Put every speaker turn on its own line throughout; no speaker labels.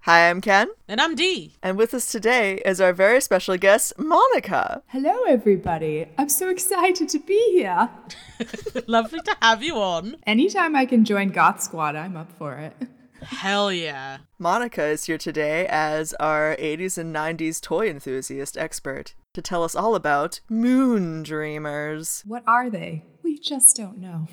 Hi, I'm Ken,
And I'm D.
and with us today is our very special guest, Monica.
Hello, everybody. I'm so excited to be here.
Lovely to have you on.
Anytime I can join Goth Squad, I'm up for it.
Hell yeah.
Monica is here today as our 80s and 90s toy enthusiast expert to tell us all about Moon Dreamers.
What are they? We just don't know.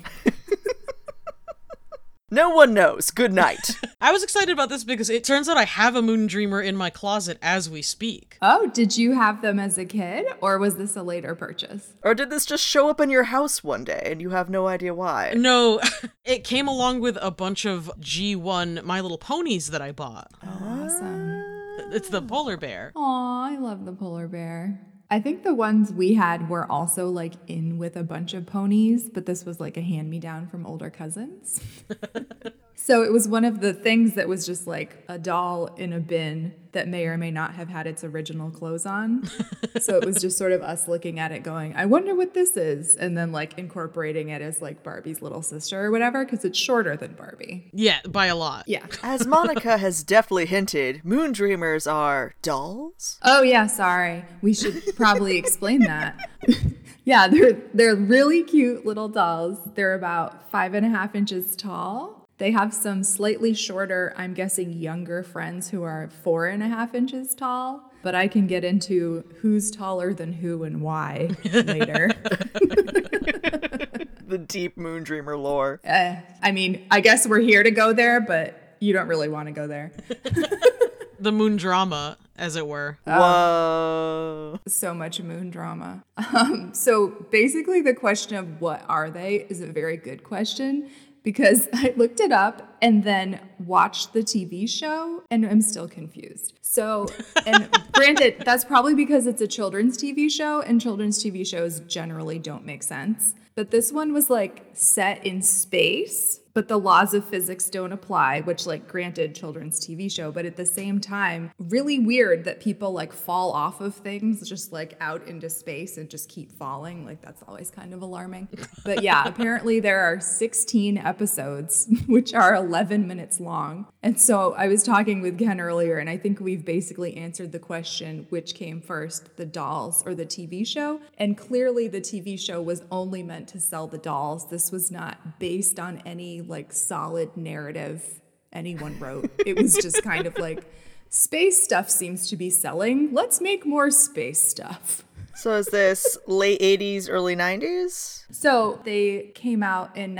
No one knows. Good night.
I was excited about this because it turns out I have a moon dreamer in my closet as we speak.
Oh, did you have them as a kid, or was this a later purchase?
or did this just show up in your house one day and you have no idea why?
No, it came along with a bunch of G1 My Little Ponies that I bought.
Awesome.
It's the polar bear.
Aw, I love the polar bear. I think the ones we had were also like in with a bunch of ponies, but this was like a hand me down from older cousins. so it was one of the things that was just like a doll in a bin that may or may not have had its original clothes on. so it was just sort of us looking at it going, I wonder what this is. And then like incorporating it as like Barbie's little sister or whatever, because it's shorter than Barbie.
Yeah, by a lot.
Yeah.
As Monica has deftly hinted, Moon Dreamers are dolls?
Oh yeah, sorry. We should probably explain that. yeah, they're they're really cute little dolls. They're about five and a half inches tall. They have some slightly shorter, I'm guessing younger friends who are four and a half inches tall. But I can get into who's taller than who and why later.
The deep Moon Dreamer lore.
uh, I mean, I guess we're here to go there, but you don't really want to go there.
The moon drama, as it were.
Whoa.
so much moon drama. Um, so basically, the question of what are they is a very good question because I looked it up and then watched the TV show and I'm still confused. So, and granted, that's probably because it's a children's TV show and children's TV shows generally don't make sense. But this one was like set in space, but the laws of physics don't apply, which, like, granted, children's TV show, but at the same time, really weird that people like fall off of things just like out into space and just keep falling. Like, that's always kind of alarming. But yeah, apparently there are 16 episodes, which are 11 minutes long. And so I was talking with Ken earlier, and I think we've basically answered the question which came first, the dolls or the TV show? And clearly, the TV show was only meant to sell the dolls. This was not based on any like solid narrative anyone wrote. It was just kind of like space stuff seems to be selling. Let's make more space stuff.
So is this late 80s, early 90s?
So they came out in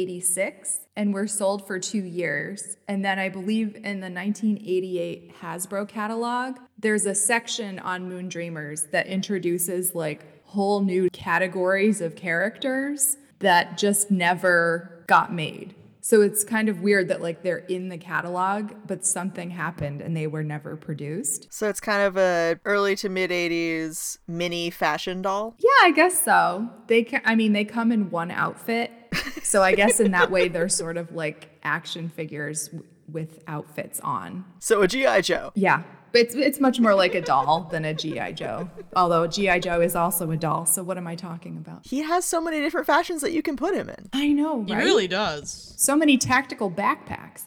1986 and were sold for two years. And then I believe in the 1988 Hasbro catalog, there's a section on Moon Dreamers that introduces like whole new categories of characters that just never got made. So it's kind of weird that like they're in the catalog, but something happened and they were never produced.
So it's kind of a early to mid 80s mini fashion doll.
Yeah, I guess so. They can, I mean, they come in one outfit. So I guess in that way, they're sort of like action figures w- with outfits on.
So a GI Joe.
Yeah. But It's, it's much more like a doll than a G.I. Joe. Although G.I. Joe is also a doll. So what am I talking about?
He has so many different fashions that you can put him in.
I know,
He
right?
really does.
So many tactical backpacks.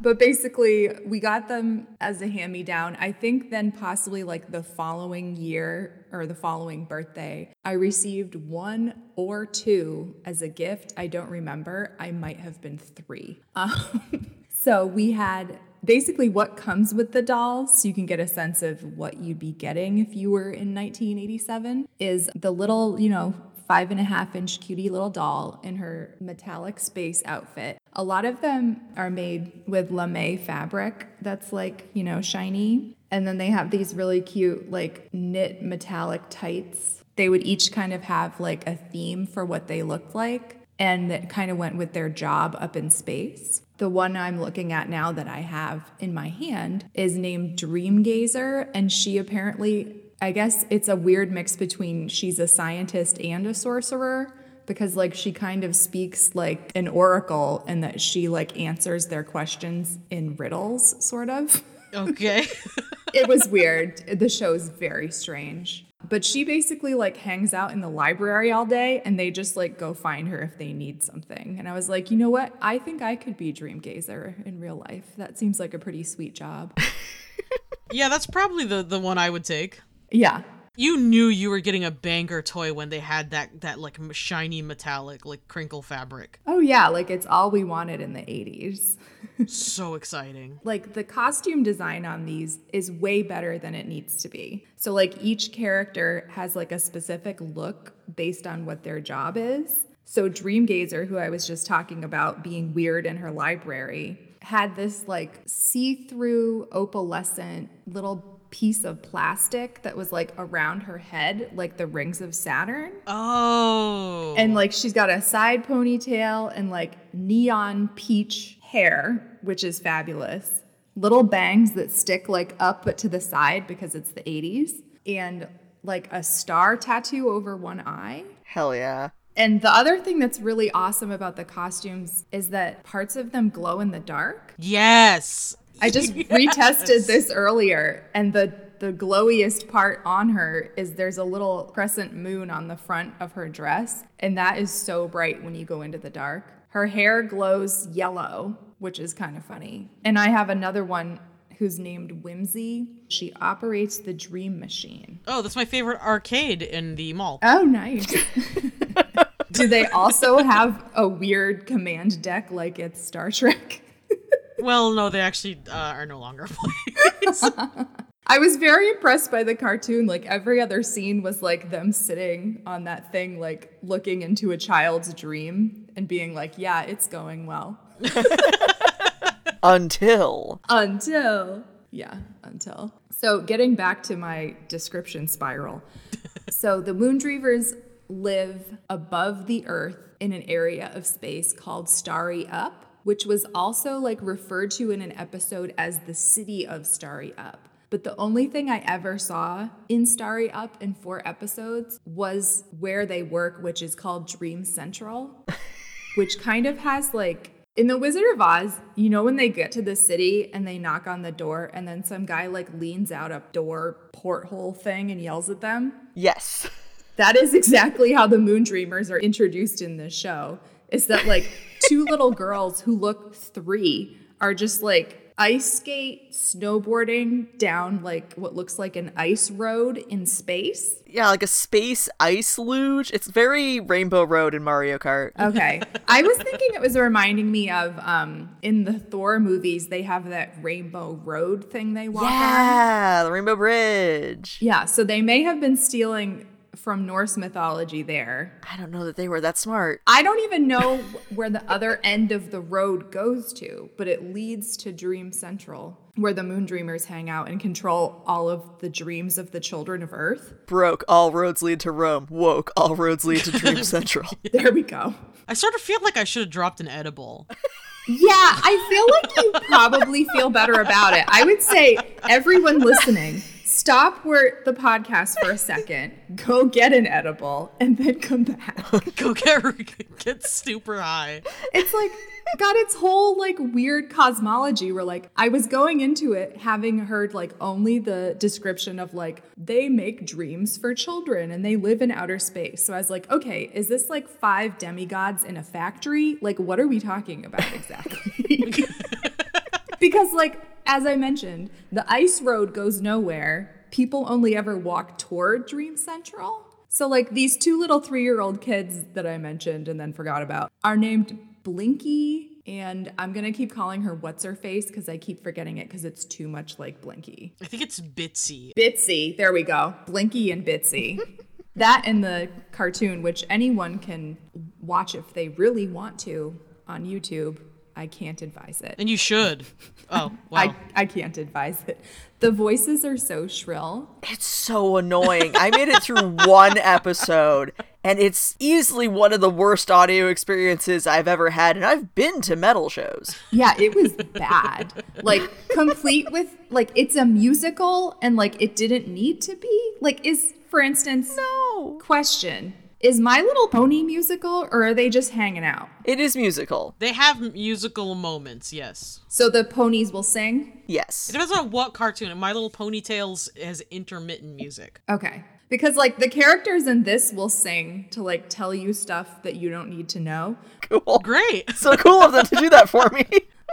but basically, we got them as a hand me down. I think then, possibly like the following year or the following birthday, I received one or two as a gift. I don't remember. I might have been three. Um, so we had basically what comes with the dolls so you can get a sense of what you'd be getting if you were in 1987 is the little you know five and a half inch cutie little doll in her metallic space outfit a lot of them are made with lame fabric that's like you know shiny and then they have these really cute like knit metallic tights they would each kind of have like a theme for what they looked like and that kind of went with their job up in space. The one I'm looking at now that I have in my hand is named Dream Gazer, and she apparently, I guess it's a weird mix between she's a scientist and a sorcerer because like she kind of speaks like an oracle and that she like answers their questions in riddles sort of
Okay.
it was weird. The show's very strange. But she basically like hangs out in the library all day and they just like go find her if they need something. And I was like, you know what? I think I could be Dream Gazer in real life. That seems like a pretty sweet job.
Yeah, that's probably the the one I would take.
yeah.
You knew you were getting a banger toy when they had that that like m- shiny metallic like crinkle fabric.
Oh, yeah. Like it's all we wanted in the 80s.
so exciting.
like the costume design on these is way better than it needs to be. So like each character has like a specific look based on what their job is. So Dreamgazer, who I was just talking about being weird in her library, had this like see-through opalescent little piece of plastic that was like around her head like the rings of Saturn.
Oh.
And like she's got a side ponytail and like neon peach hair, which is fabulous. Little bangs that stick like up but to the side because it's the 80s. And like a star tattoo over one eye.
Hell yeah.
And the other thing that's really awesome about the costumes is that parts of them glow in the dark.
yes.
I just retested this earlier and the the glowiest part on her is there's a little crescent moon on the front of her dress and that is so bright when you go into the dark. Her hair glows yellow, which is kind of funny. And I have another one who's named Whimsy. She operates the dream machine.
Oh, that's my favorite arcade in the mall.
Oh, nice. Do they also have a weird command deck like it's Star Trek?
Well, no, they actually uh, are no longer playing.
I was very impressed by the cartoon. Like every other scene was like them sitting on that thing, like looking into a child's dream and being like, yeah, it's going well.
Until
Until. Yeah, until. So getting back to my description spiral. so the Moondreavers live above the earth in an area of space called Starry Up, which was also like referred to in an episode as the city of Starry Up. But the only thing I ever saw in Starry Up in four episodes was where they work, which is called Dream Central which kind of has like in the Wizard of Oz, you know when they get to the city and they knock on the door and then some guy like leans out a door porthole thing and yells at them?
yes.
That is exactly how the Moon Dreamers are introduced in this show. Is that like two little girls who look 3 are just like ice skate snowboarding down like what looks like an ice road in space?
Yeah, like a space ice luge. It's very Rainbow Road in Mario Kart.
Okay. I was thinking it was reminding me of um, in the Thor movies, they have that rainbow road thing they walk on.
yeah, the Rainbow Bridge.
Yeah. So they may have been stealing from Norse mythology there.
I don't know that they were that smart.
I don't even know where the other end of the road goes to, but it leads to Dream Central, where the moon dreamers hang out and control all of the dreams of the children of Earth.
Broke, all roads lead to Rome. Woke, all roads lead to Dream Central.
There we go.
I sort of feel like I should have dropped an edible.
Yeah, I feel like you probably feel better about it. I would say everyone listening, stop where the podcast for a second, go get an edible, and then come back.
Go get get super high.
It's like got its whole like weird cosmology where like I was going into it having heard like only the description of like they make dreams for children and they live in outer space. So I was like, okay, is this like five demigods in a factory? Like what are we talking about exactly? because like as I mentioned, the ice road goes nowhere. People only ever walk toward Dream Central. So like these two little 3-year-old kids that I mentioned and then forgot about are named Blinky and I'm going to keep calling her what's her face cuz I keep forgetting it cuz it's too much like Blinky.
I think it's Bitsy.
Bitsy, there we go. Blinky and Bitsy. that in the cartoon which anyone can watch if they really want to on YouTube. I can't advise it.
And you should. Oh, wow.
I, I can't advise it. The voices are so shrill.
It's so annoying. I made it through one episode, and it's easily one of the worst audio experiences I've ever had, and I've been to metal shows.
Yeah, it was bad. Like complete with like it's a musical and like it didn't need to be. Like is for instance
No.
question, is My Little Pony musical or are they just hanging out?
It is musical.
They have musical moments, yes.
So the ponies will sing?
Yes.
It depends on what cartoon. My Little Ponytails has intermittent music.
Okay. Because like the characters in this will sing to like tell you stuff that you don't need to know.
Cool.
Great.
So cool of them to do that for me.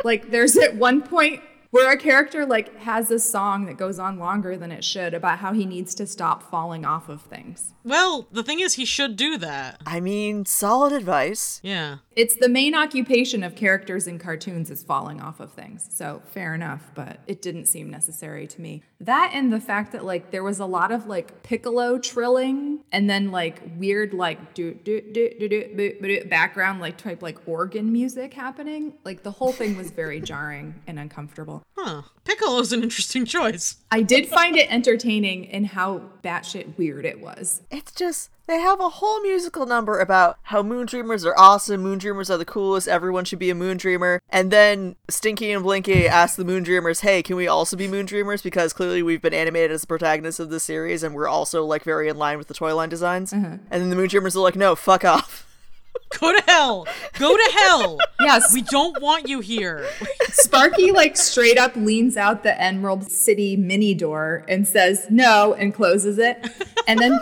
Like there's at one point where a character like has a song that goes on longer than it should about how he needs to stop falling off of things.
Well, the thing is, he should do that.
I mean, solid advice.
Yeah.
It's the main occupation of characters in cartoons is falling off of things. So fair enough, but it didn't seem necessary to me. That and the fact that like there was a lot of like piccolo trilling and then like weird like do do do do do boop, boop, background like type like organ music happening. Like the whole thing was very jarring and uncomfortable.
Huh. Piccolo's an interesting choice.
I did find it entertaining in how batshit weird it was.
It's just they have a whole musical number about how moon dreamers are awesome, moon dreamers are the coolest, everyone should be a moon dreamer. And then Stinky and Blinky ask the moon dreamers, "Hey, can we also be moon dreamers because clearly we've been animated as the protagonists of this series and we're also like very in line with the toy line designs?" And then the moon dreamers are like, "No, fuck off."
Go to hell. Go to hell.
Yes,
We don't want you here.
Sparky like straight up leans out the Emerald City mini door and says no and closes it. And then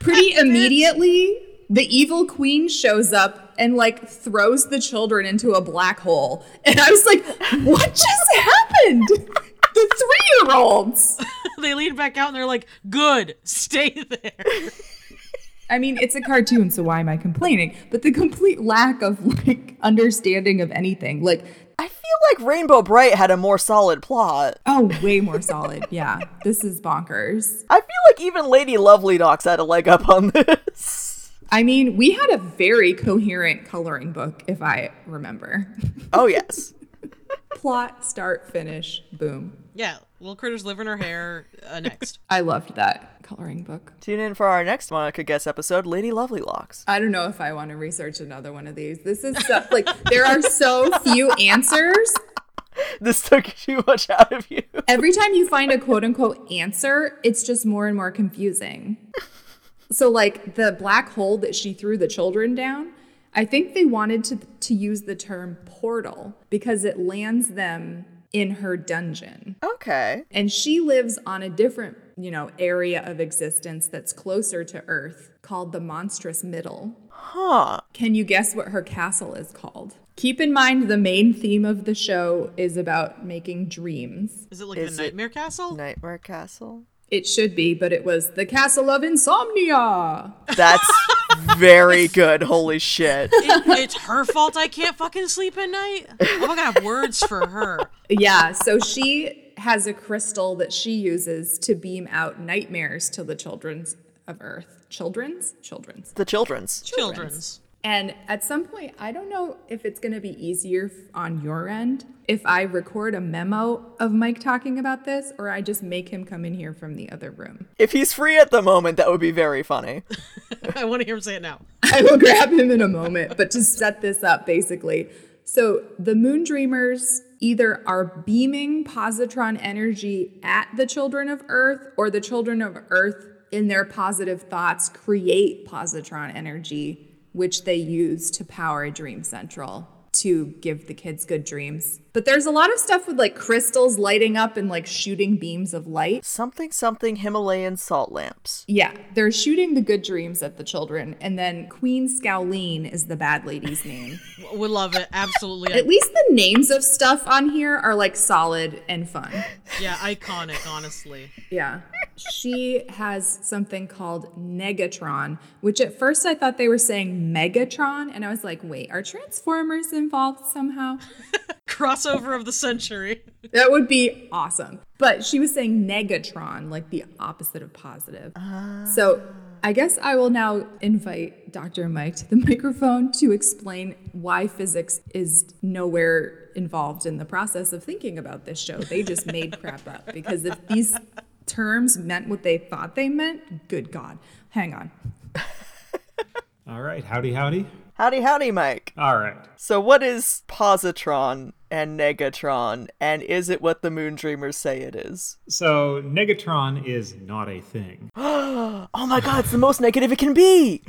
pretty immediately the evil queen shows up and like throws the children into a black hole. And I was like, what just happened? The three-year-olds.
they lean back out and they're like, good, stay there.
I mean, it's a cartoon, so why am I complaining? But the complete lack of like understanding of anything. Like,
I feel like Rainbow Bright had a more solid plot.
oh, way more solid. Yeah. This is bonkers.
I feel like even Lady Lovely Docs had a leg up on this.
I mean, we had a very coherent coloring book, if I remember.
Oh yes.
Plot, start, finish, boom.
Yeah. Little critters live in her hair. Uh, next.
I loved that coloring book.
Tune in for our next Monica Guest episode, Lady Lovely Locks.
I don't know if I want to research another one of these. This is so, like, there are so few answers.
This took too much out of you.
Every time you find a quote unquote answer, it's just more and more confusing. So, like, the black hole that she threw the children down, I think they wanted to, to use the term portal because it lands them in her dungeon.
Okay.
And she lives on a different, you know, area of existence that's closer to Earth called the monstrous middle.
Huh.
Can you guess what her castle is called? Keep in mind the main theme of the show is about making dreams.
Is it like
Is
the
it-
nightmare castle?
Nightmare Castle.
It should be, but it was the castle of insomnia.
That's very good. Holy shit.
It- it's her fault I can't fucking sleep at night. I'm gonna have words for her.
yeah, so she has a crystal that she uses to beam out nightmares to the children's of Earth. Children's? Children's.
The children's.
Children's.
And at some point, I don't know if it's going to be easier f- on your end if I record a memo of Mike talking about this or I just make him come in here from the other room.
If he's free at the moment, that would be very funny.
I want to hear him say it now.
I will grab him in a moment, but to set this up basically. So the moon dreamers either are beaming positron energy at the children of Earth or the children of Earth in their positive thoughts create positron energy which they use to power Dream Central to give the kids good dreams. But there's a lot of stuff with like crystals lighting up and like shooting beams of light.
Something something Himalayan salt lamps.
Yeah, they're shooting the good dreams at the children, and then Queen Scowleen is the bad lady's name.
W- Would love it. Absolutely.
at least the names of stuff on here are like solid and fun.
Yeah, iconic, honestly.
Yeah. She has something called Negatron, which at first I thought they were saying Megatron, and I was like, wait, are Transformers involved somehow?
Crossover of the century.
That would be awesome. But she was saying negatron, like the opposite of positive. So I guess I will now invite Dr. Mike to the microphone to explain why physics is nowhere involved in the process of thinking about this show. They just made crap up because if these terms meant what they thought they meant, good God. Hang on.
All right, howdy, howdy.
Howdy, howdy, Mike.
All right.
So, what is positron and negatron, and is it what the moon dreamers say it is?
So, Negatron is not a thing.
Oh my god, it's the most negative it can be!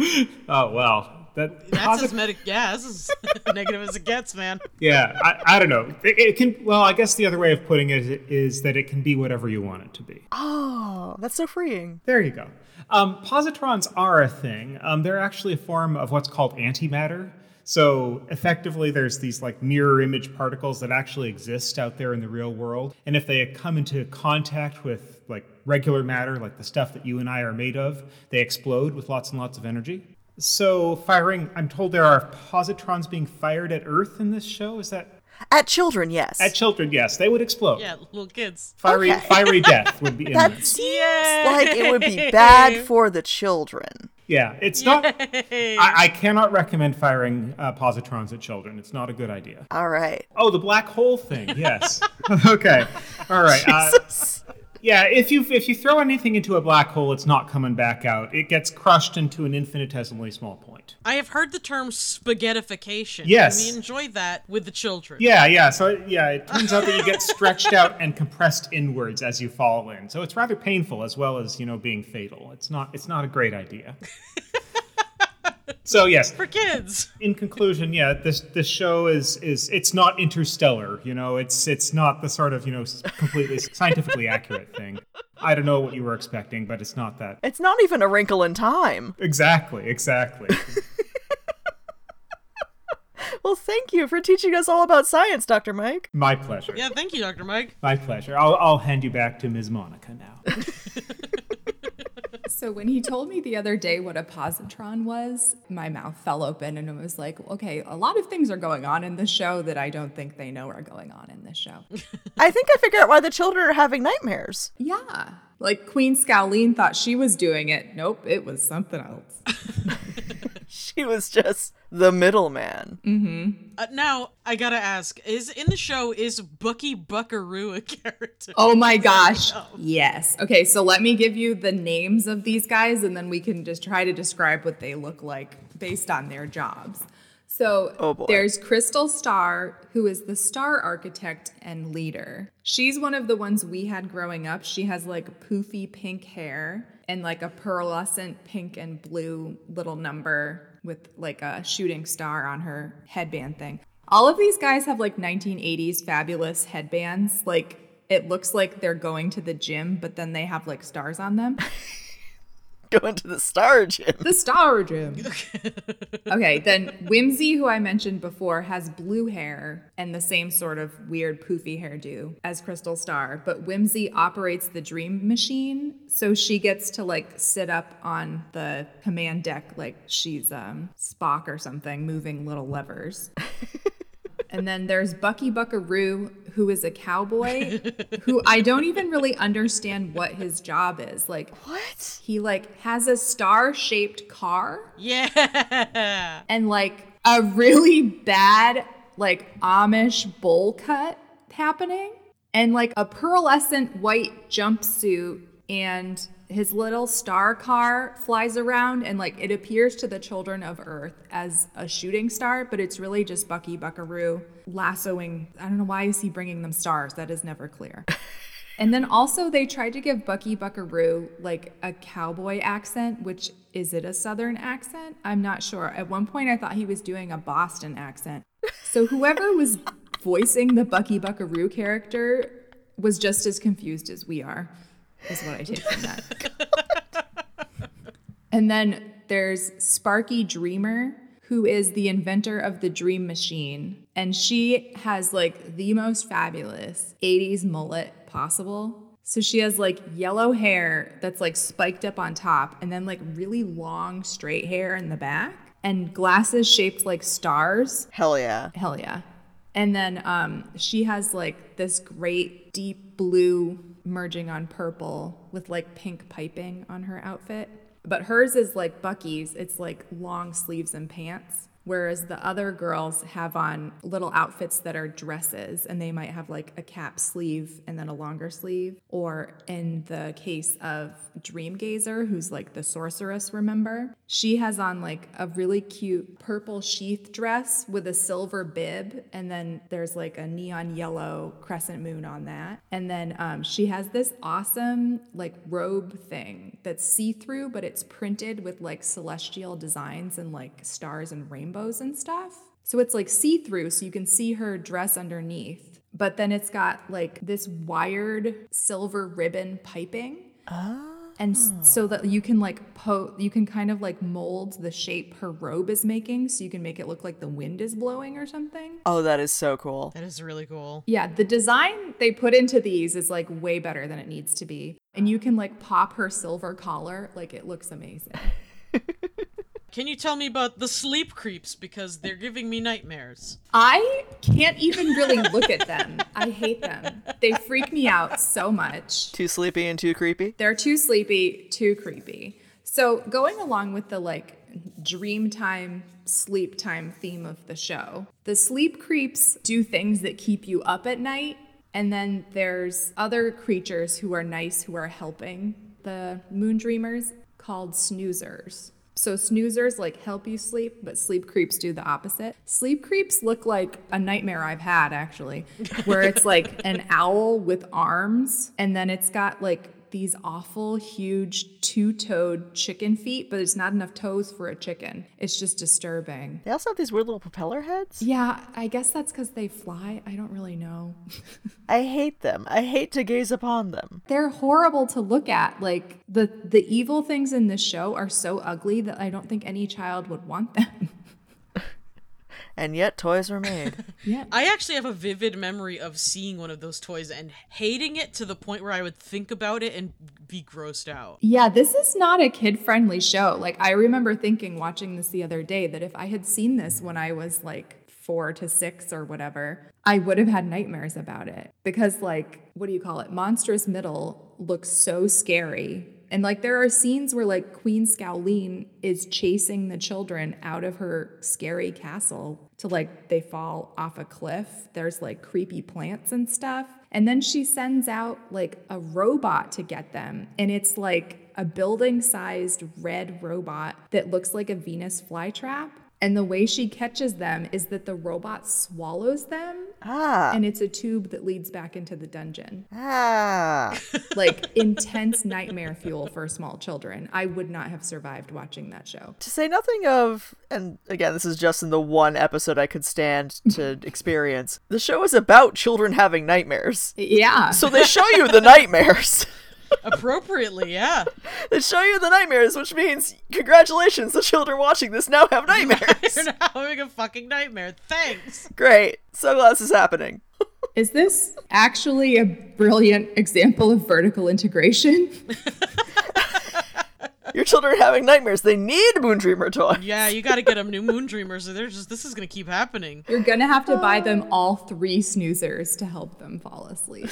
Oh, well, That
That's as
posit-
medic. Yeah, this is negative as it gets, man.
yeah, I, I don't know. It, it can. Well, I guess the other way of putting it is that it can be whatever you want it to be.
Oh, that's so freeing.
There you go. Um, positrons are a thing. Um, they're actually a form of what's called antimatter. So effectively, there's these like mirror image particles that actually exist out there in the real world, and if they come into contact with like regular matter, like the stuff that you and I are made of, they explode with lots and lots of energy. So firing, I'm told there are positrons being fired at Earth in this show. Is that
At children, yes.
at children? Yes, they would explode.
Yeah, little kids.
Fiery,
Okay.
fiery death would be
that
imminent.
seems
Yay!
like it would be bad for the children.
Yeah, it's not. I, I cannot recommend firing uh, positrons at children. It's not a good idea.
All right.
Oh, the black hole thing. Yes. okay. All right. Uh, yeah. If you if you throw anything into a black hole, it's not coming back out. It gets crushed into an infinitesimally small point.
I have heard the term spaghettification.
Yes.
And we enjoy that with the children.
Yeah. Yeah. So yeah, it turns out that you get stretched out and compressed inwards as you fall in. So it's rather painful as well as you know being fatal. It's not. It's not a great idea. So yes,
For kids.
in conclusion, yeah, this this show is is it's not interstellar, you know, it's it's not the sort of you know s- completely scientifically accurate thing. I don't know what you were expecting, but it's not that.
It's not even a wrinkle in time.
Exactly, exactly.
Well, thank you for teaching us all about science, Dr. Mike.
My pleasure.
Yeah, thank you, Dr. Mike.
My pleasure. I'll I'll hand you back to Ms. Monica now.
So when he told me the other day what a positron was, my mouth fell open and it was like, okay, a lot of things are going on in this show that I don't think they know are going on in this show.
I think I figured out why the children are having nightmares.
yeah. Like Queen Scowleen thought she was doing it. Nope, it was something else.
She was just the middleman.
Uh, now, I gotta ask, is in the show, is Bucky Buckaroo a character?
Oh my gosh. Yes. Okay, so let me give you the names of these guys and then we can just try to describe what they look like based on their jobs. So
Oh, boy.
there's Crystal Starr, who is the star architect and leader. She's one of the ones we had growing up. She has like poofy pink hair and like a pearlescent pink and blue little number with like a shooting star on her headband thing. All of these guys have like 1980s fabulous headbands. Like it looks like they're going to the gym, but then they have like stars on them.
Going to the star gym.
The Star Gym. okay, then Whimsy, who I mentioned before, has blue hair and the same sort of weird poofy hairdo as Crystal Star, but Whimsy operates the dream machine, so she gets to like sit up on the command deck like she's um Spock or something, moving little levers. And then there's Bucky Buckaroo, who is a cowboy, who I don't even really understand what his job is. Like,
What?
he like has a star-shaped car
Yeah.
and like a really bad like Amish bowl cut happening and like a pearlescent white jumpsuit and his little star car flies around and like it appears to the children of earth as a shooting star but it's really just Bucky Buckaroo lassoing I don't know why is he bringing them stars that is never clear and then also they tried to give Bucky Buckaroo like a cowboy accent, which is it a southern accent? I'm not sure. At one point I thought he was doing a Boston accent. So whoever was voicing the Bucky Buckaroo character was just as confused as we are, is what I take from that. and then there's Sparky Dreamer, who is the inventor of the dream machine. And she has like the most fabulous 80s mullet possible. So she has like yellow hair that's like spiked up on top, and then like really long straight hair in the back, and glasses shaped like stars.
Hell yeah.
Hell yeah. And then um, she has like this great deep blue merging on purple with like pink piping on her outfit. But hers is like Bucky's, it's like long sleeves and pants. whereas the other girls have on little outfits that are dresses and they might have like a cap sleeve and then a longer sleeve or in the case of dream gazer who's like the sorceress remember she has on like a really cute purple sheath dress with a silver bib and then there's like a neon yellow crescent moon on that and then um, she has this awesome like robe thing that's see-through but it's printed with like celestial designs and like stars and rainbows and stuff so it's like see through, so you can see her dress underneath. But then it's got like this wired silver ribbon piping. And s- so that you can like po you can kind of like mold the shape her robe is making so you can make it look like the wind is blowing or something.
Oh, that is so cool.
That is really cool.
Yeah, the design they put into these is like way better than it needs to be. And you can like pop her silver collar, like it looks amazing.
Can you tell me about the sleep creeps because they're giving me nightmares?
I can't even really look at them. I hate them. They freak me out so much.
Too sleepy and too creepy.
They're too sleepy, too creepy. So, going along with the like dream time, sleep time theme of the show, the sleep creeps do things that keep you up at night. And then there's other creatures who are nice who are helping the moon dreamers called snoozers. So snoozers like help you sleep, but sleep creeps do the opposite. Sleep creeps look like a nightmare I've had actually, where it's like an owl with arms and then it's got like these awful huge two-toed chicken feet, but it's not enough toes for a chicken. It's just disturbing.
They also have these weird little propeller heads.
Yeah, I guess that's cuz they fly. I don't really know.
I hate them. I hate to gaze upon them.
They're horrible to look at. Like the the evil things in this show are so ugly that I don't think any child would want them.
And yet toys were made.
Yeah.
I actually have a vivid memory of seeing one of those toys and hating it to the point where I would think about it and be grossed out.
Yeah, this is not a kid friendly show. Like, I remember thinking watching this the other day that if I had seen this when I was like four to six or whatever, I would have had nightmares about it. Because, like, what do you call it? Monstrous Middle looks so scary. And, like, there are scenes where, like, Queen Scowleen is chasing the children out of her scary castle to, like, they fall off a cliff. There's, like, creepy plants and stuff. And then she sends out like a robot to get them. And it's like a building sized red robot that looks like a Venus flytrap. And the way she catches them is that the robot swallows them.
ah.
And it's a tube that leads back into the dungeon.
Ah.
Like intense nightmare fuel for small children. I would not have survived watching that show.
to say nothing of and again this is just in the one episode i could stand to experience the show is about children having nightmares
Yeah.
so they show you the nightmares
Appropriately, yeah.
they show you the nightmares which means congratulations the children watching this now have nightmares
You're not having a fucking nightmare. Thanks.
great so glad this is happening
Is this actually a brilliant example of vertical integration?
your children are having nightmares they need moon dreamer toy
Yeah, you got to get them new moon dreamers or they're just this is going to keep happening.
You're gonna have to buy them all three snoozers to help them fall asleep.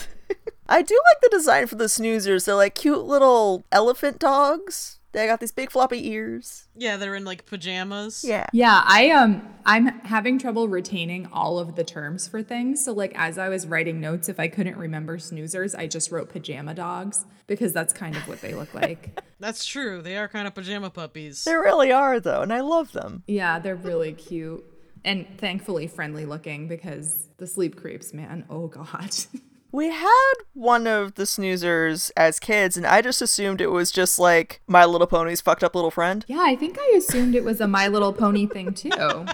i do like the design for the snoozers they're like cute little elephant dogs they got these big floppy ears
Yeah, they're in like pajamas.
yeah
Yeah, I um I'm having trouble retaining all of the terms for things. So like as I was writing notes, if I couldn't remember snoozers, I just wrote pajama dogs because that's kind of what they look like.
That's true. They are kind of pajama puppies.
they really are though and i love them
yeah, they're really cute and thankfully friendly looking because the sleep creeps, man. Oh god.
We had one of the snoozers as kids, and I just assumed it was just like My Little Pony's fucked up little friend.
yeah, I think I assumed it was a My Little Pony thing too.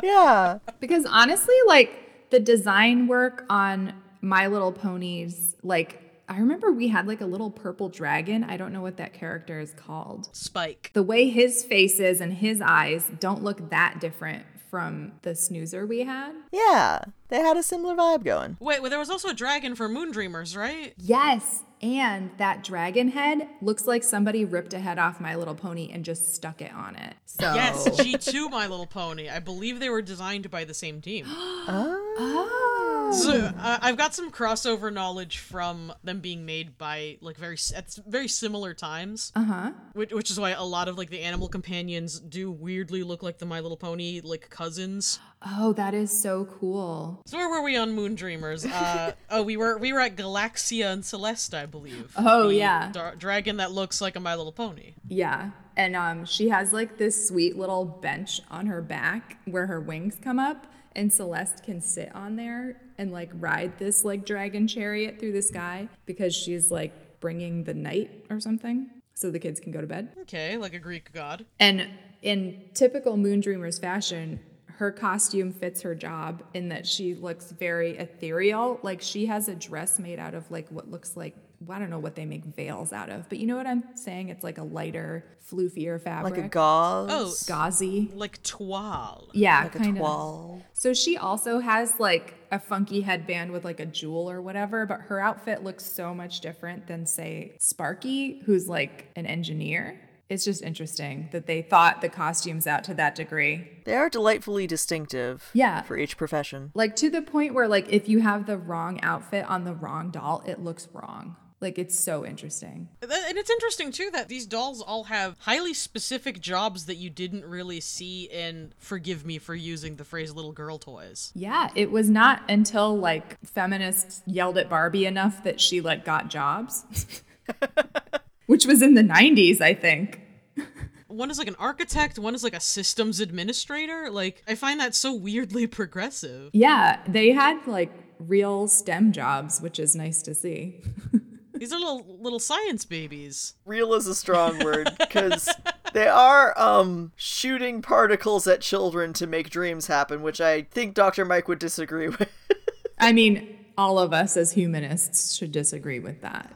Yeah.
Because honestly, like the design work on My Little Ponies, like I remember we had like a little purple dragon. I don't know what that character is called.
Spike.
The way his face is and his eyes don't look that different from the snoozer we had.
Yeah. They had a similar vibe going.
Wait, well, there was also a dragon for moon dreamers, right?
Yes. And that dragon head looks like somebody ripped a head off My Little Pony and just stuck it on it. So
Yes, G2 My Little Pony. I believe they were designed by the same team.
Oh.
So uh, I've got some crossover knowledge from them being made by like very s- at s- very similar times,
Uh huh.
which, which is why a lot of like the animal companions do weirdly look like the My Little Pony like cousins.
Oh, that is so cool.
So where were we on Moon Dreamers? Uh, oh, we were we were at Galaxia and Celeste, I believe.
Oh,
The
yeah.
dra- dragon that looks like a My Little Pony.
Yeah. And um, she has like this sweet little bench on her back where her wings come up, and Celeste can sit on there and like ride this like dragon chariot through the sky because she's like bringing the night or something so the kids can go to bed.
Okay, like a Greek god.
And in typical Moon Dreamers fashion, her costume fits her job in that she looks very ethereal. Like she has a dress made out of like what looks like well, I don't know what they make veils out of, but you know what I'm saying? It's like a lighter, floofier fabric,
Like a gauze.
Oh,
gauzy.
like toile.
Yeah,
Like a
kind of.
toile.
So she also has like a funky headband with like a jewel or whatever, but her outfit looks so much different than say Sparky, who's like an engineer. It's just interesting that they thought the costumes out to that degree.
They are delightfully distinctive.
Yeah.
For each profession.
Like to the point where like if you have the wrong outfit on the wrong doll, it looks wrong. Like it's so interesting.
That- And it's interesting too that these dolls all have highly specific jobs that you didn't really see in forgive me for using the phrase little girl toys.
Yeah, it was not until like feminists yelled at Barbie enough that she like got jobs. Which was in the 90s, I think.
One is like an architect, one is like a systems administrator. Like I find that so weirdly progressive.
Yeah, they had like real STEM jobs, which is nice to see.
These are little little science babies.
Real is a strong word because they are um shooting particles at children to make dreams happen, which I think Dr. Mike would disagree with.
I mean, all of us as humanists should disagree with that.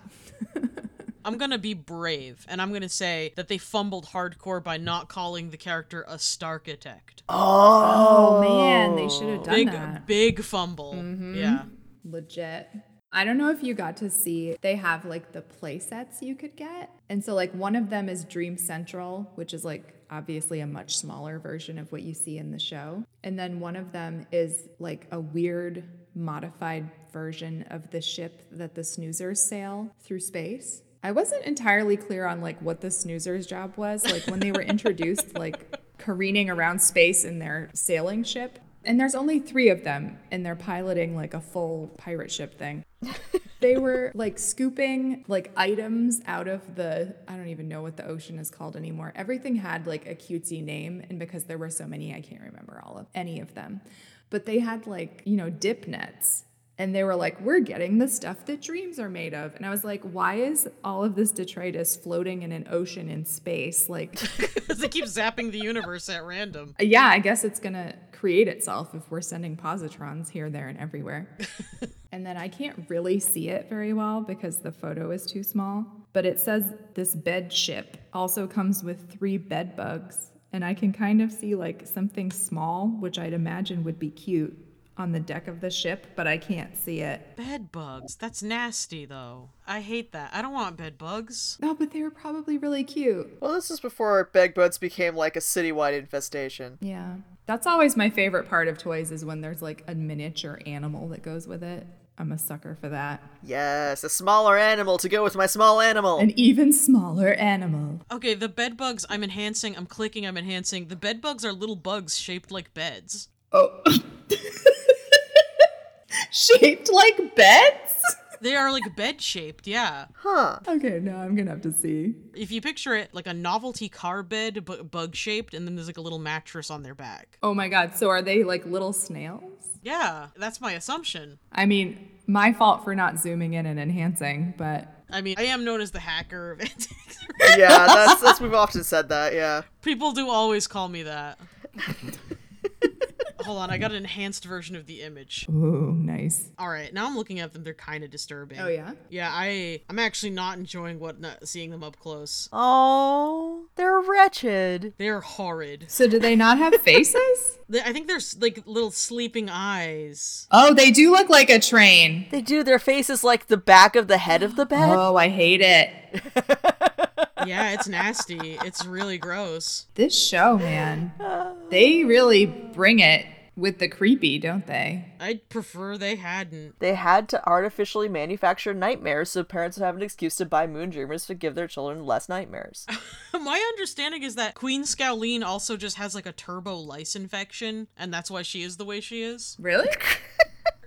I'm gonna be brave and I'm gonna say that they fumbled hardcore by not calling the character a starchitect.
Oh,
Oh man, they should have done
Big
that. Mm-hmm.
big fumble. Yeah.
Legit. I don't know if you got to see, they have like the play sets you could get. And so, like, one of them is Dream Central, which is like obviously a much smaller version of what you see in the show. And then one of them is like a weird modified version of the ship that the snoozers sail through space. I wasn't entirely clear on like what the snoozers' job was, like when they were introduced, like careening around space in their sailing ship. And there's only three of them, and they're piloting like a full pirate ship thing. they were like scooping like items out of the I don't even know what the ocean is called anymore. Everything had like a cutesy name, and because there were so many, I can't remember all of any of them. But they had like you know dip nets and they were like, we're getting the stuff that dreams are made of. And I was like, why is all of this detritus floating in an ocean in space? Like,
they keep zapping the universe at random.
yeah, I guess it's going to create itself if we're sending positrons here, there, and everywhere. and then I can't really see it very well because the photo is too small. But it says this bed ship also comes with three bed bugs. And I can kind of see like something small, which I'd imagine would be cute on the deck of the ship, but I can't see it.
Bed bugs. That's nasty though. I hate that. I don't want bed bugs.
Oh, but they were probably really cute.
Well, this is before bedbugs became like a citywide infestation.
Yeah. That's always my favorite part of toys is when there's like a miniature animal that goes with it. I'm a sucker for that.
Yes, a smaller animal to go with my small animal.
An even smaller animal.
Okay, the bed bugs I'm enhancing, I'm clicking, I'm enhancing. The bed bugs are little bugs shaped like beds.
Oh. Shaped like beds?
They are like bed shaped, yeah.
Huh.
Okay, now I'm gonna have to see.
If you picture it like a novelty car bed, but bug shaped, and then there's like a little mattress on their back.
Oh my god, so are they like little snails?
Yeah, that's my assumption.
I mean, my fault for not zooming in and enhancing, but
I mean, I am known as the hacker of antiques.
Yeah, that's, that's we've often said that, yeah.
People do always call me that. Hold on, I got an enhanced version of the image.
ooh, nice.
All right, now I'm looking at them. They're kind of disturbing.
Oh yeah?
Yeah, I I'm actually not enjoying what not seeing them up close.
Oh, they're wretched.
They're horrid.
So do they not have faces?
They, I think there's like little sleeping eyes.
oh, they do look like a train.
They do. Their face is like the back of the head of the bed.
Oh, I hate it.
Yeah, it's nasty. It's really gross.
This show, man, they really bring it with the creepy, don't they?
I'd prefer they hadn't.
They had to artificially manufacture nightmares so parents would have an excuse to buy moon dreamers to give their children less nightmares.
My understanding is that Queen Scowleen also just has like a turbo lice infection, and that's why she is the way she is.
Really?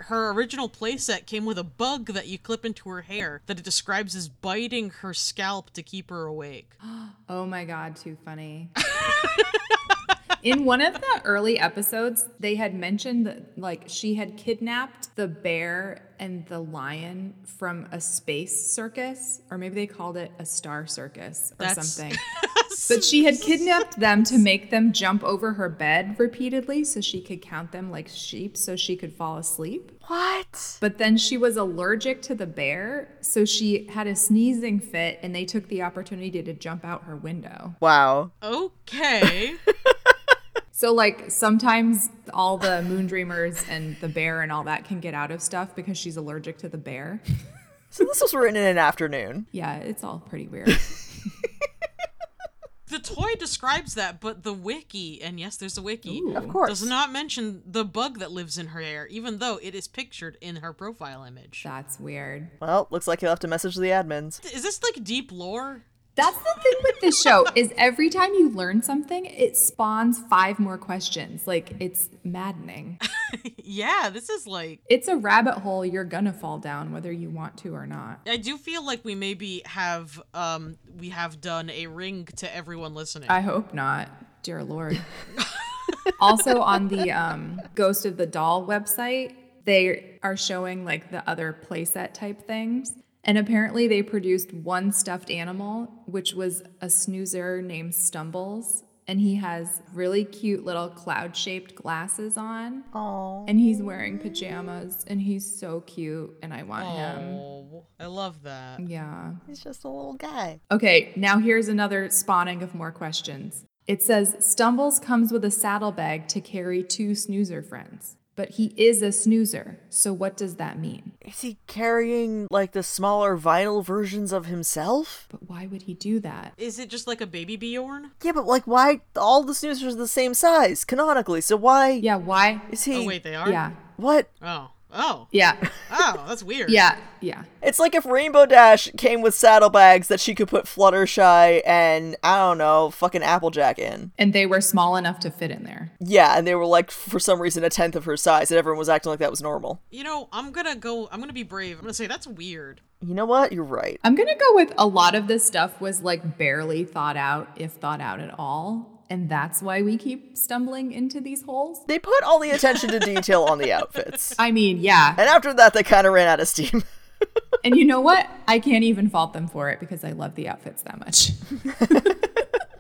Her original playset came with a bug that you clip into her hair that it describes as biting her scalp to keep her awake.
Oh my god, too funny. In one of the early episodes, they had mentioned that like she had kidnapped the bear and the lion from a space circus, or maybe they called it a star circus or
That's-
something. But she had kidnapped them to make them jump over her bed repeatedly so she could count them like sheep so she could fall asleep.
What?
But then she was allergic to the bear, so she had a sneezing fit and they took the opportunity to jump out her window.
Wow.
Okay.
So like sometimes all the moon dreamers and the bear and all that can get out of stuff because she's allergic to the bear.
So this was written in an afternoon.
Yeah, it's all pretty weird.
the toy describes that, but the wiki, and yes, there's a wiki,
Of course.
does not mention the bug that lives in her hair, even though it is pictured in her profile image.
That's weird.
Well, looks like you'll have to message the admins.
Is this like deep lore?
That's the thing with this show is every time you learn something, it spawns five more questions. Like it's maddening.
yeah, this is like.
It's a rabbit hole you're gonna fall down whether you want to or not.
I do feel like we maybe have um we have done a ring to everyone listening.
I hope not, dear lord. also on the um, Ghost of the Doll website, they are showing like the other playset type things. And apparently they produced one stuffed animal, which was a snoozer named Stumbles. And he has really cute little cloud shaped glasses on.
Oh.
And he's wearing pajamas and he's so cute. And I want him.
oh, I love that.
Yeah.
He's just a little guy.
Okay, now here's another spawning of more questions. It says Stumbles comes with a saddlebag to carry two snoozer friends, but he is a snoozer. So what does that mean?
Is he carrying like the smaller vinyl versions of himself?
But why would he do that?
Is it just like a baby Bjorn?
Yeah, but like why all the snoozers are the same size canonically? So why
Yeah, why?
is he
Oh wait, they are.
Yeah.
What?
Oh. Oh.
Yeah.
Oh, that's weird.
Yeah. Yeah.
It's like if Rainbow Dash came with saddlebags that she could put Fluttershy and I don't know, fucking Applejack in.
And they were small enough to fit in there.
Yeah, and they were like for some reason a tenth of her size and everyone was acting like that was normal.
You know, I'm gonna go. I'm gonna be brave. I'm gonna say that's weird.
You know what? You're right.
I'm going to go with a lot of this stuff was like barely thought out, if thought out at all. And that's why we keep stumbling into these holes.
They put all the attention to detail on the outfits.
I mean, yeah.
And after that, they kind of ran out of steam.
And you know what? I can't even fault them for it because I love the outfits that much.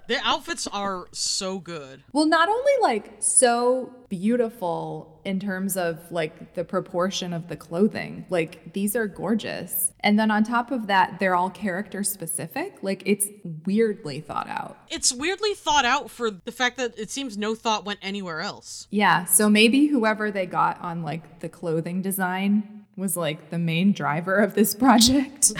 Their outfits are so good.
Well, not only like so beautiful in terms of like the proportion of the clothing, like these are gorgeous. And then on top of that, they're all character specific. Like it's weirdly thought out.
It's weirdly thought out for the fact that it seems no thought went anywhere else.
Yeah. So maybe whoever they got on like the clothing design was like the main driver of this project.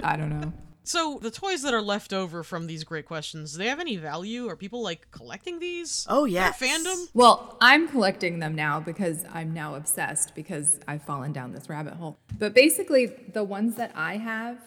I don't know.
So the toys that are left over from these great questions, do they have any value? Are people like collecting these?
Oh,
For
yes.
Fandom.
Well, I'm collecting them now because I'm now obsessed because I've fallen down this rabbit hole. But basically, the ones that I have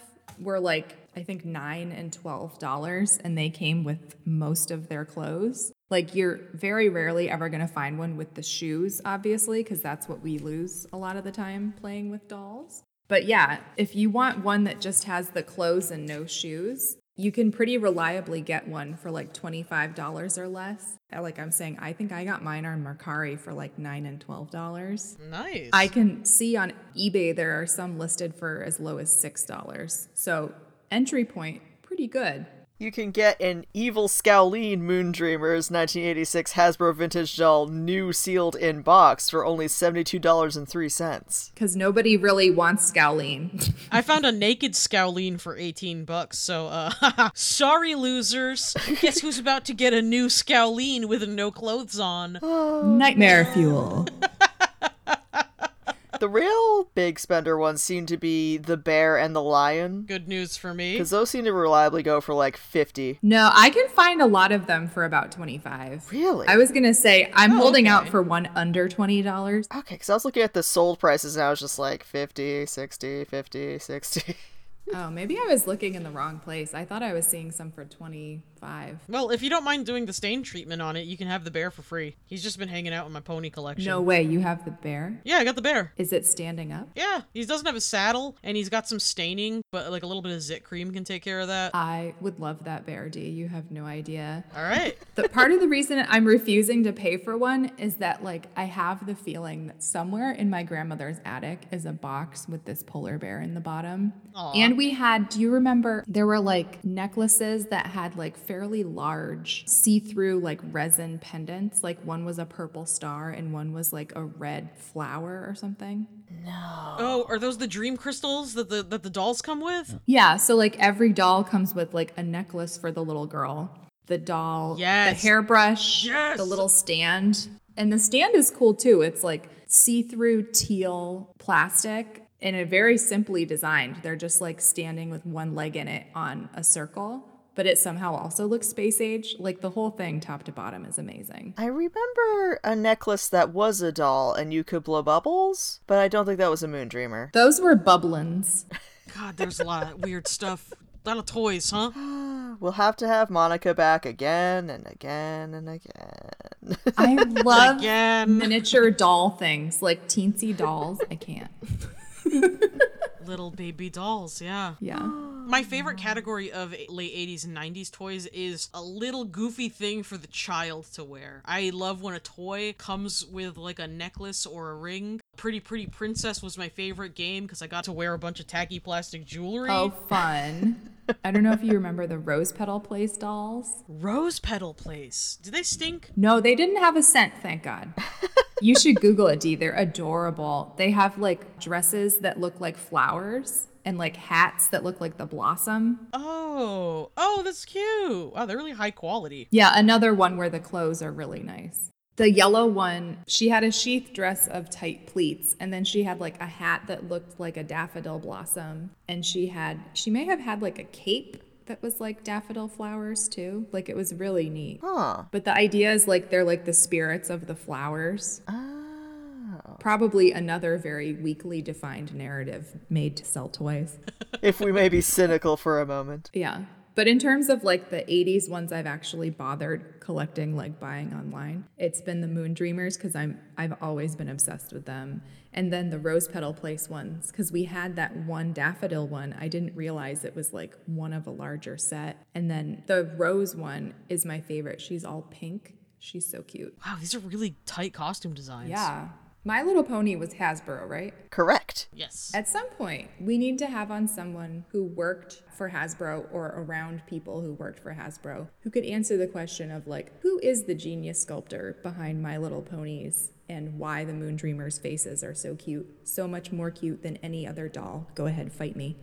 were like, I think nine and twelve dollars, and they came with most of their clothes. Like, you're very rarely ever going to find one with the shoes, obviously, because that's what we lose a lot of the time playing with dolls. But yeah, if you want one that just has the clothes and no shoes, you can pretty reliably get one for like $25 or less. Uh, Like I'm saying, I think I got mine on Mercari for like 9 and $12.
Nice.
I can see on eBay there are some listed for as low as $6. So, entry point pretty good.
You can get an Evil Scowleen Moon Dreamers 1986 Hasbro Vintage Doll new sealed in box for only $72.03.
Because nobody really wants Scowleen.
I found a naked Scowleen for 18 bucks, so uh sorry losers. Guess who's about to get a new Scowleen
Oh.
with no clothes on?
Nightmare fuel.
The real big spender ones seem to be the bear and the lion.
Good news for me.
Because those seem to reliably go for like 50.
No, I can find a lot of them for about 25.
Really?
I was going to say I'm
Oh,
holding out
okay.
for one under $20.
Okay, because I was looking at the sold prices and I was just like 50, 60, 50, 60.
Oh, maybe I was looking in the wrong place. I thought I was seeing some for 25.
Well, if you don't mind doing the stain treatment on it, you can have the bear for free. He's just been hanging out in my pony collection.
No way, you have the bear?
Yeah, I got the bear.
Is it standing up?
Yeah, he doesn't have a saddle, and he's got some staining, but like a little bit of zit cream can take care of that.
I would love that bear, D. You have no idea.
All right.
The part of the reason I'm refusing to pay for one is that like I have the feeling that somewhere in my grandmother's attic is a box with this polar bear in the bottom.
Aw.
And we had, do you remember there were like necklaces that had like fairly large see-through like resin pendants. Like one was a purple star and one was like a red flower or something.
Oh, are those the dream crystals that the that the dolls come with?
Yeah, so like every doll comes with like a necklace for the little girl. The doll,
Yes.
the hairbrush,
Yes.
the little stand. And the stand is cool too. It's like see-through teal plastic and a very simply designed. They're just like standing with one leg in it on a circle, but it somehow also looks space age. Like the whole thing top to bottom is amazing.
I remember a necklace that was a doll and you could blow bubbles, but I don't think that was a moon dreamer.
Those were bubblins.
God, there's a lot of weird stuff. A lot of toys, huh?
We'll have to have Monica back again and again and again.
I love
Again,
miniature doll things, like teensy dolls. I can't.
little baby dolls. Yeah.
Yeah.
My favorite category of late 80s and 90s toys is a little goofy thing for the child to wear. I love when a toy comes with like a necklace or a ring. Pretty Pretty Princess was my favorite game because I got to wear a bunch of tacky plastic jewelry.
Oh, fun. I don't know if you remember the rose petal place dolls.
Rose Petal Place. Do they stink?
No, they didn't have a scent, thank God. You should Google it, Dee. They're adorable. They have like dresses that look like flowers and like hats that look like the blossom.
Oh, oh, that's cute. Wow, they're really high quality.
Yeah, another one where the clothes are really nice. The yellow one, she had a sheath dress of tight pleats, and then she had like a hat that looked like a daffodil blossom. And she had, she may have had like a cape that was like daffodil flowers too. Like it was really neat.
huh.
But the idea is like they're like the spirits of the flowers.
Oh.
Probably another very weakly defined narrative made to sell toys.
If we may be cynical for a moment.
Yeah. But in terms of like the 80s ones I've actually bothered collecting, like buying online, it's been the Moon Dreamers because I'm I've always been obsessed with them. And then the Rose Petal Place ones, because we had that one daffodil one. I didn't realize it was like one of a larger set. And then the rose one is my favorite. She's all pink. She's so cute.
Wow, these are really tight costume designs.
Yeah. My Little Pony was Hasbro, right?
Correct.
Yes.
At some point, we need to have on someone who worked for Hasbro or around people who worked for Hasbro who could answer the question of, like, who is the genius sculptor behind My Little Ponies and why the Moon Dreamers' faces are so cute, so much more cute than any other doll? Go ahead, fight me.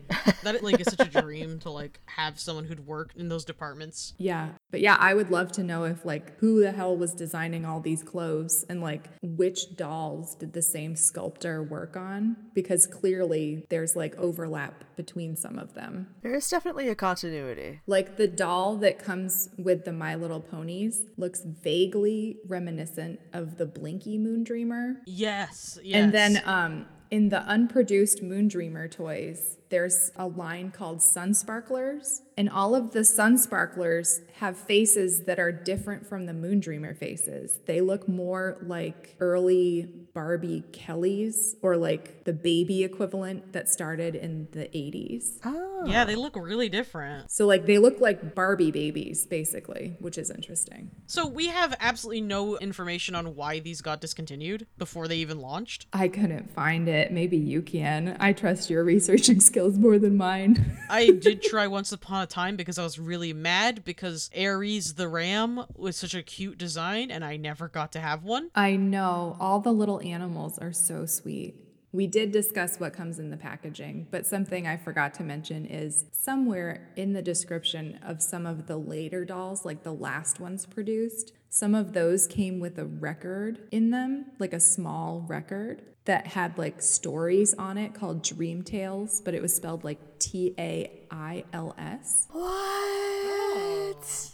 that like is such a dream to like have someone who'd worked in those departments.
Yeah. But yeah, I would love to know if, like, who the hell was designing all these clothes and, like, which dolls did the same sculptor work on? Because clearly there's, like, overlap between some of them.
There is definitely a continuity.
Like the doll that comes with the My Little Ponies looks vaguely reminiscent of the Blinky Moon Dreamer.
Yes. Yes.
And then um, in the unproduced Moon Dreamer toys, there's a line called Sun Sparklers, and all of the Sun Sparklers have faces that are different from the Moon Dreamer faces. They look more like early Barbie Kellys or like the baby equivalent that started in the 80s.
Oh.
yeah, they look really different.
So like they look like Barbie babies basically, which is interesting.
So we have absolutely no information on why these got discontinued before they even launched.
I couldn't find it. Maybe you can. I trust your researching skills more than mine.
I did try once upon a time because I was really mad because Ares the ram was such a cute design and I never got to have one.
I know all the little animals are so sweet. We did discuss what comes in the packaging, but something I forgot to mention is somewhere in the description of some of the later dolls, like the last ones produced, some of those came with a record in them, like a small record that had like stories on it called Dream Tales, but it was spelled like T A I L S.
What?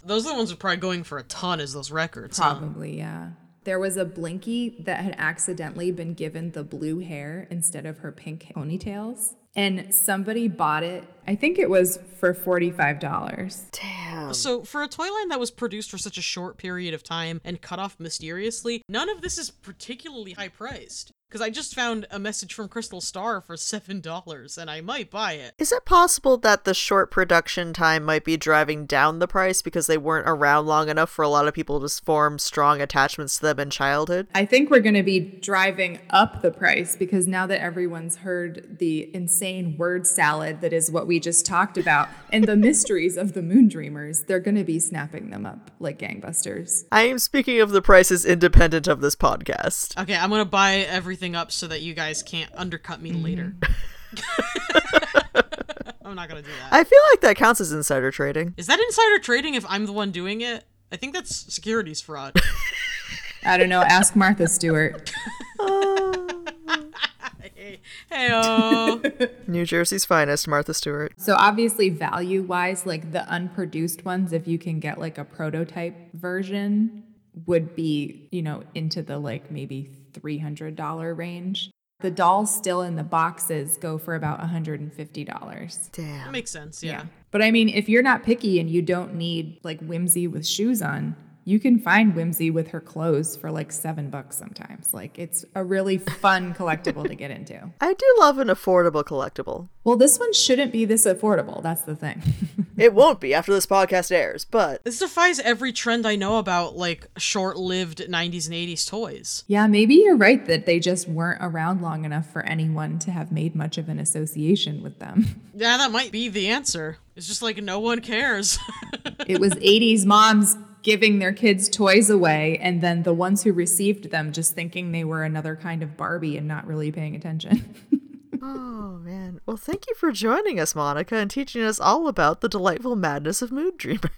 Those are the ones that are probably going for a ton as those records. huh?
Probably, yeah. There was a Blinky that had accidentally been given the blue hair instead of her pink ponytails. And somebody bought it, I think it was for $45.
Damn.
So, for a toy line that was produced for such a short period of time and cut off mysteriously, none of this is particularly high priced. Because I just found a message from Crystal Star for $7, and I might buy it.
Is it possible that the short production time might be driving down the price because they weren't around long enough for a lot of people to s- form strong attachments to them in childhood?
I think we're going to be driving up the price because now that everyone's heard the insane word salad that is what we just talked about and the mysteries of the moon dreamers, they're going to be snapping them up like gangbusters.
I am speaking of the prices independent of this podcast.
Okay, I'm gonna buy everything up so that you guys can't undercut me later. I'm not gonna do that.
I feel like that counts as insider trading.
Is that insider trading if I'm the one doing it? I think that's securities fraud.
I don't know, ask Martha Stewart.
Heyo.
New Jersey's finest, Martha Stewart.
So obviously value wise, like the unproduced ones, if you can get like a prototype version, would be, you know, into the like maybe $300 range. The dolls still in the boxes go for about $150.
that
Damn.
makes sense, yeah.
But I mean, if you're not picky and you don't need like whimsy with shoes on, you can find whimsy with her clothes for like seven bucks sometimes. Like it's a really fun collectible to get into.
I do love an affordable collectible.
Well, this one shouldn't be this affordable. That's the thing.
It won't be after this podcast airs, but
This defies every trend I know about, like short lived 90s and 80s toys.
Yeah, maybe you're right that they just weren't around long enough for anyone to have made much of an association with them.
Yeah, that might be the answer. It's just like no one cares.
it was 80s moms giving their kids toys away, and then the ones who received them just thinking they were another kind of Barbie and not really paying attention.
Oh man. Well, thank you for joining us, Monica, and teaching us all about the delightful madness of Mood Dreamer.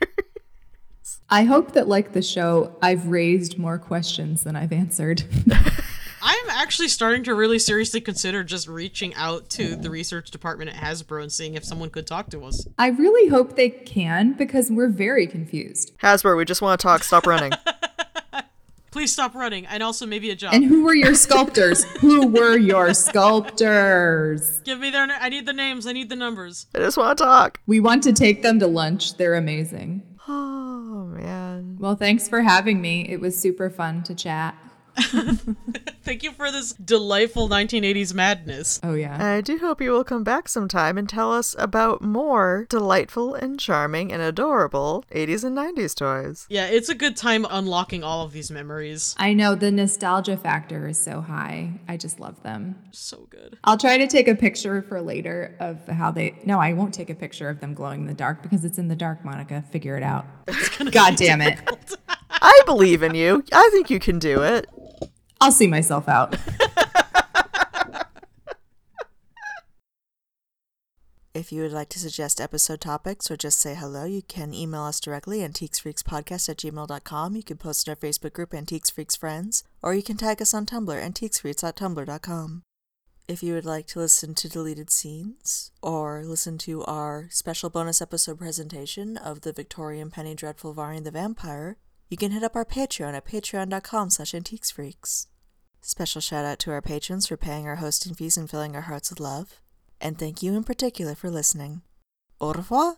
I hope that, like the show, I've raised more questions than I've answered.
I'm actually starting to really seriously consider just reaching out to the research department at Hasbro and seeing if someone could talk to us.
I really hope they can because we're very confused.
Hasbro, we just want to talk. Stop running.
Please stop running, and also maybe a job.
And who were your sculptors? who were your sculptors?
Give me their. I need the names. I need the numbers.
I just want to talk.
We want to take them to lunch. They're amazing.
Oh man.
Well, thanks for having me. It was super fun to chat.
Thank you for this delightful 1980s madness.
Oh, yeah.
I do hope you will come back sometime and tell us about more delightful and charming and adorable 80s and 90s toys.
Yeah, it's a good time unlocking all of these memories.
I know the nostalgia factor is so high. I just love them.
So good.
I'll try to take a picture for later of how they. No, I won't take a picture of them glowing in the dark because it's in the dark, Monica. Figure it out. God damn it.
I believe in you. I think you can do it.
I'll see myself out.
If you would like to suggest episode topics or just say hello, you can email us directly, antiquesfreakspodcast at gmail.com. You can post in our Facebook group, Antiques Freaks Friends, or you can tag us on Tumblr, antiquesfreaks.tumblr.com. If you would like to listen to deleted scenes or listen to our special bonus episode presentation of the Victorian Penny Dreadful Varney the Vampire, you can hit up our Patreon at patreon.com slash antiquesfreaks. Special shout out to our patrons for paying our hosting fees and filling our hearts with love. And thank you in particular for listening. Au revoir!